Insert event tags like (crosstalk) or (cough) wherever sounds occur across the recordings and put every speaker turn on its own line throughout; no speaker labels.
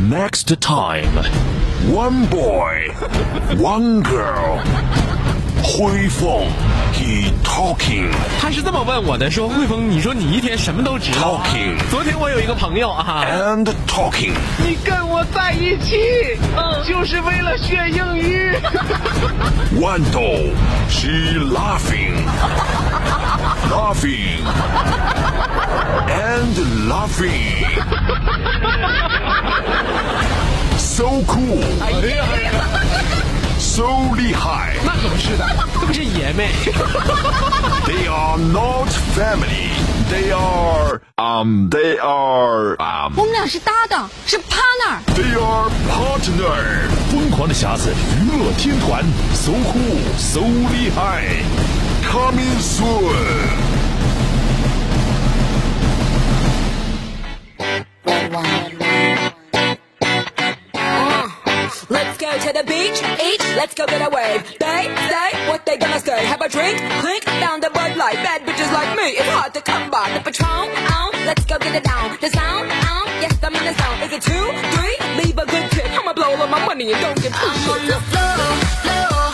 Next time, one boy, one girl. 灰凤，he talking
他是这么问我的，说汇丰，你说你一天什么都知道啊、
Talking
昨天我有一个朋友啊，
and talking。
你跟我在一起，就是为了学英语。
Wando, she laughing, laughing, and laughing. So cool, so 厉害
那可不 (laughs) 是的，这不是爷们。
They are not family. They are um. They are um.
我们俩是搭档，是 partner。
They are partner. 疯狂的匣子娱乐天团，so cool, so 厉害。Coming soon.
Let's go to the beach, eat, let's go get a wave. They say what they gonna say. Have a drink, clink, down the Bud Light. Bad bitches like me, it's hard to come by. The Patron, on, let's go get it down. The sound, on, yes, I'm in the zone. Is it two, three? Leave a good tip. I'ma blow all of my money and don't give two
I'm on
shits.
the floor, floor.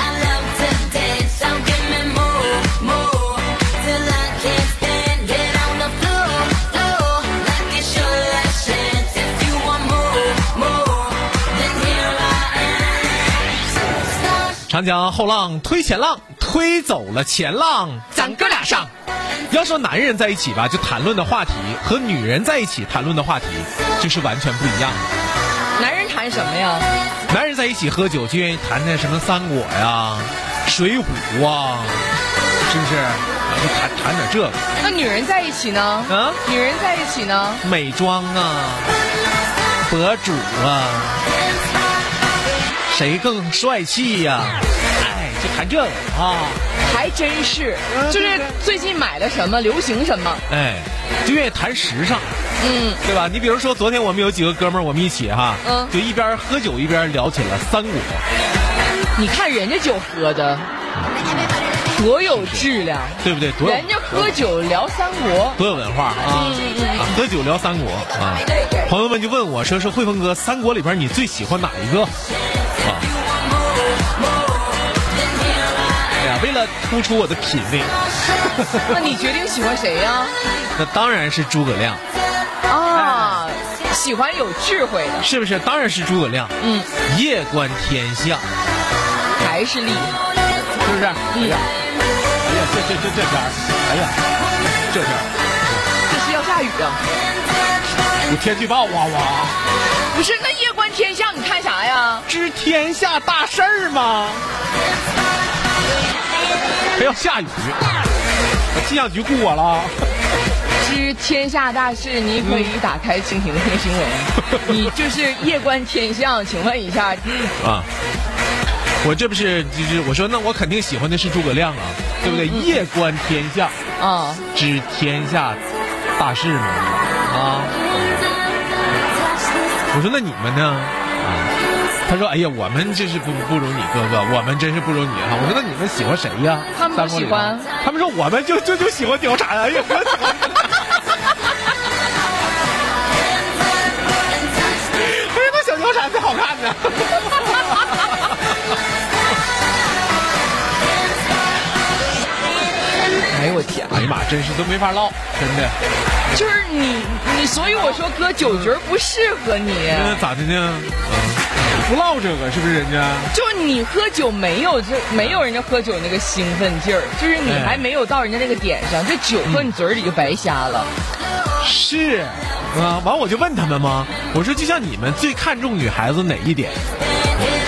I love to dance, so give me more, more. Till I can't stand, get on the floor, floor. Like it's your last chance. If you want more, more, then here I am. Stop.
长江后浪推前浪，推走了前浪，咱哥俩上。要说男人在一起吧，就谈论的话题和女人在一起谈论的话题就是完全不一样的。
男人谈什么呀？
男人在一起喝酒就愿意谈谈什么三国呀、水浒啊，是不是？就谈谈点这个
那女人在一起呢？
啊，
女人在一起呢？
美妆啊，博主啊，谁更帅气呀、哎，就谈这个啊。
还真是，就是最近买了什么，流行什么，
哎，就愿意谈时尚，嗯，对吧？你比如说，昨天我们有几个哥们儿，我们一起哈，
嗯
就一边喝酒一边聊起了三国，
你看人家酒喝的多有质量，
对不对？多有
人家喝酒聊三国，
多有文化啊！啊，喝酒聊三国啊！朋友们就问我说：“说汇丰哥，三国里边你最喜欢哪一个？”啊，哎呀，为了突出我的品味，
那你决定喜欢谁呀？
那当然是诸葛亮，
啊，喜欢有智慧的，
是不是？当然是诸葛亮，
嗯，
夜观天象，
还是厉害。
是不是？哎呀，
嗯
哎呀，这这这这天儿，哎呀，这天儿，
这是要下雨啊？
我天气报啊哇哇，
不是，那夜观天象，你看啥呀？
知天下大事儿吗？还要下雨，气象局雇我了。
知天下大事，你可以打开蜻蜓听新 (laughs) 闻。你就是夜观天象，请问一下，
啊。 (laughs) 我这不是就是我说那我肯定喜欢的是诸葛亮啊，
嗯
对不对？夜观天下，
啊，
知天下大事嘛啊。我说那你们呢？啊，他说哎呀，我们真是不不如你哥哥，我们真是不如你哈、我说那你们喜欢谁呀、
他们不
三国里头
喜欢，
他们说我们就就就喜欢貂蝉，哎呀，我喜欢 (laughs) 哎呀，那小貂蝉才好看呢。
哎呦我天，
哎呀妈，真是都没法唠，真的。
就是你你，所以我说哥酒局儿不适合你，
那咋的呢？不唠这个是不是人家？
就你喝酒没有这没有人家喝酒那个兴奋劲儿，就是你
哎
还没有到人家那个点上，这酒喝你嘴里就白瞎了。
是啊，完我就问他们吗？我说就像你们最看重女孩子哪一点？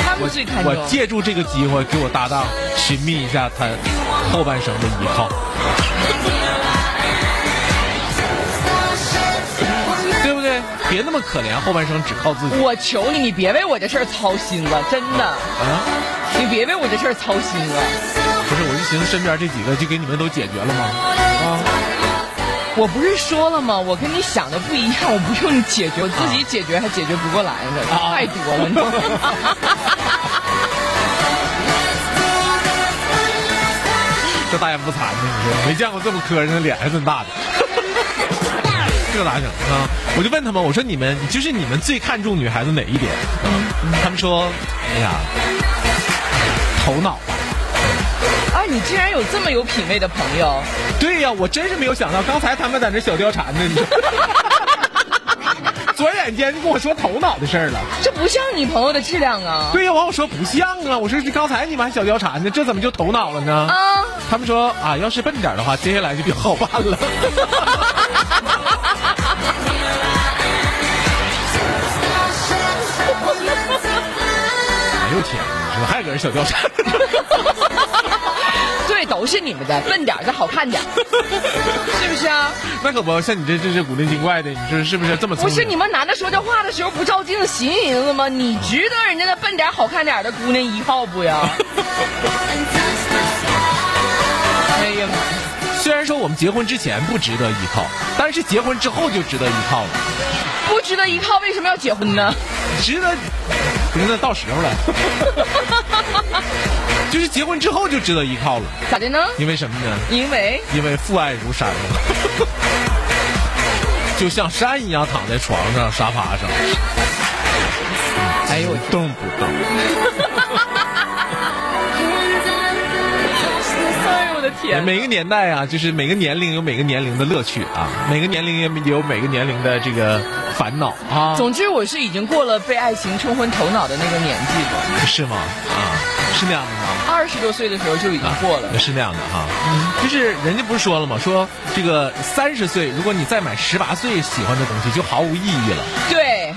他
我
们最看重
我借助这个机会给我搭档寻觅一下他后半生的依靠，对不对？别那么可怜，后半生只靠自己
我求你，你别为我这事儿操心了，真的，
啊！
你别为我这事儿操心了。
不是，我就寻思身边这几个就给你们都解决了吗？
我不是说了吗？我跟你想的不一样，我不用你解决，我自己解决还解决不过来呢，
啊
太多了你知道吗。
这大言不惭的，你说没见过这么磕碜的脸还这么大的。 (laughs) 这个咋整啊？我就问他们，我说你们就是你们最看重女孩子哪一点？啊他们说，哎呀，头脑。
啊，你居然有这么有品位的朋友，
对呀、我真是没有想到，刚才他们在那小貂蝉呢，你说。 (laughs) 左眼间就跟我说头脑的事儿了，
这不像你朋友的质量啊！
对呀、完我说不像啊，我说这刚才你们还小貂蝉呢，这怎么就头脑了呢？
啊，
他们说啊，要是笨点儿的话，接下来就比较好办了。哎呦天哪，你说还搁这小貂蝉？
(laughs) 对，都是你们的，笨点儿再好看点儿， (laughs) 是不是啊？
那可不，像你这这这古灵精怪的，你说是不是这么聪
不
明？
是你们男的说这话的时候不照镜子寻寻思吗？你值得人家那笨点儿好看点儿的姑娘依靠不 (laughs) 呀？哎呀妈！
虽然说我们结婚之前不值得依靠，但是结婚之后就值得依靠了。
不值得依靠，为什么要结婚呢？
值得，不是那到时候了， (laughs) 就是结婚之后就值得依靠了。
咋的呢？
因为什么呢？
因为
因为父爱如山嘛， (laughs) 就像山一样躺在床上、沙发上，哎呦，动不动。
哎呦我的天，
每个年代啊，就是每个年龄有每个年龄的乐趣啊，每个年龄也有每个年龄的这个烦恼啊，
(laughs) 总之我是已经过了被爱情冲昏头脑的那个年纪了，
是吗？啊，是那样的吗？
二十多岁的时候就已经过了。
啊是那样的哈，就是人家不是说了吗？说这个三十岁，如果你再买十八岁喜欢的东西，就毫无意义了，
对，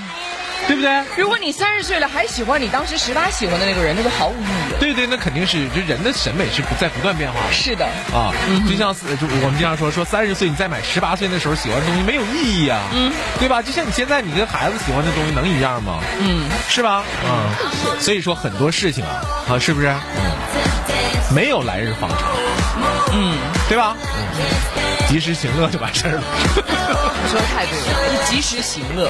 对不对？
如果你三十岁了还喜欢你当时十八喜欢的那个人，那就毫无意义了。
对对，那肯定是，就人的审美是不在不断变化的
是的，
啊。
嗯
就像是就我们经常说，说三十岁你再买十八岁那时候喜欢的东西没有意义啊，嗯，对吧？就像你现在你跟孩子喜欢的东西能一样吗？
嗯，
是吧？嗯，所以说很多事情啊，啊，是不是？嗯，没有来日方长，嗯，对吧？嗯及时行乐就完事儿了。
你说的太对了，及时行乐。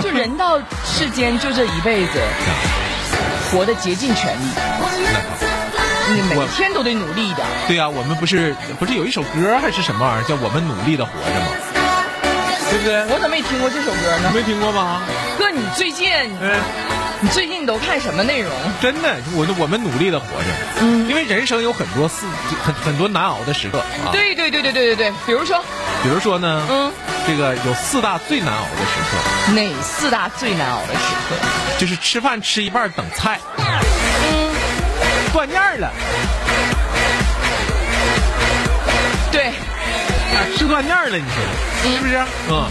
就人到世间就这一辈子，活得竭尽全力，你每天都得努力一点。
对啊，我们不是不是有一首歌还是什么玩意儿叫我们努力的活着吗？对不对？
我怎么没听过这首歌呢？
没听过吗？
哥，你最近
嗯，
你最近都看什么内容？
真的，我我们努力的活着，嗯，因为人生有很多四很很多难熬的时刻啊。，
对对对对对对对，比如说，
比如说呢，
嗯，
这个有四大最难熬的时刻，
哪四大最难熬的时刻？
就是吃饭吃一半等菜，断念了，
对，
啊吃断念了，你说是不是？嗯，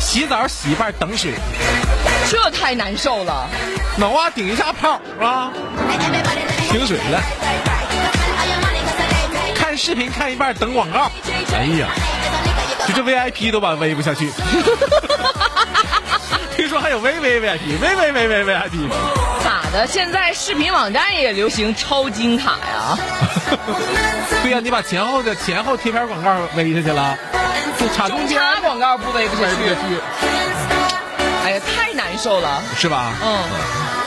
洗澡洗一半等水，
这太难受了。
脑瓜顶一下泡啊，停水了。看视频看一半等广告，哎呀，就这 VIP 都把微不下去。 (laughs) 听说还有微微 VIP，微微微微 (laughs) VIP，
咋的？现在视频网站也流行超啊金卡呀？
对呀、你把前后的前后贴片广告微下去了，就插中
中
间
插广告不背不下
微不下
去，
去，
哎呀，太难受了。
是吧？
嗯，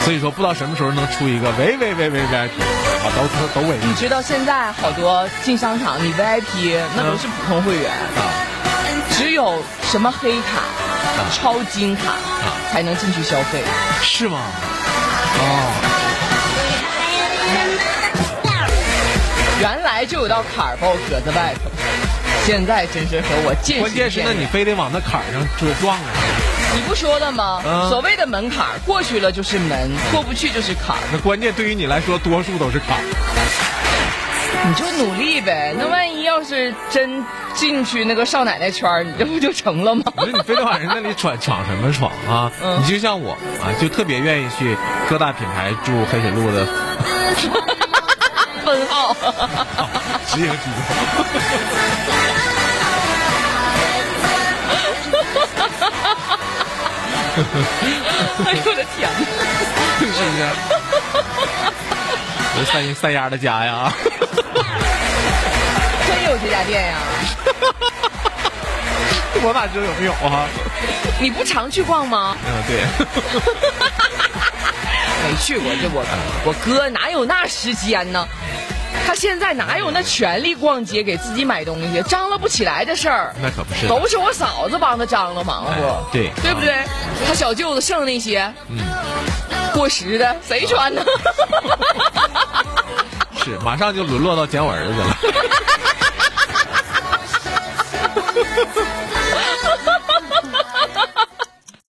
所以说不知道什么时候能出一个微微微微 VIP，啊，都都都微
你知道现在好多进商场，你 VIP 那都是普通会员，
嗯啊。
只有什么黑卡、超金卡才能进去消费。
是吗？哦，
原来就有道坎儿把我搁在外头，现在真是和我渐行
关键是那你
渐远
非得往那坎儿上就撞啊，
你不说了吗？
嗯
所谓的门槛儿过去了就是门，过不去就是坎儿。
那关键对于你来说，多数都是坎儿。
你就努力
嗯
呗。那万一要是真进去那个少奶奶圈儿，你这不就成了吗？
我说你非得往人那里闯闯什么闯啊？
嗯
你就像我啊，就特别愿意去各大品牌住黑水路的
(laughs) 分号。
直营机构。
哎呦我的天哪！
是不是？我三三丫的家呀，
真有这家店呀？
我哪知道有没有啊？
你不常去逛吗？
嗯，对，
没去过，这我我哥哪有那时间呢？他现在哪有那权利逛街给自己买东西，张罗不起来的事儿。
那可不是
都是我嫂子帮他张罗忙活
哎，嗯对
对不啊对？他小舅子剩那些，过时的谁穿呢？
是，马上就沦落到讲我儿子了。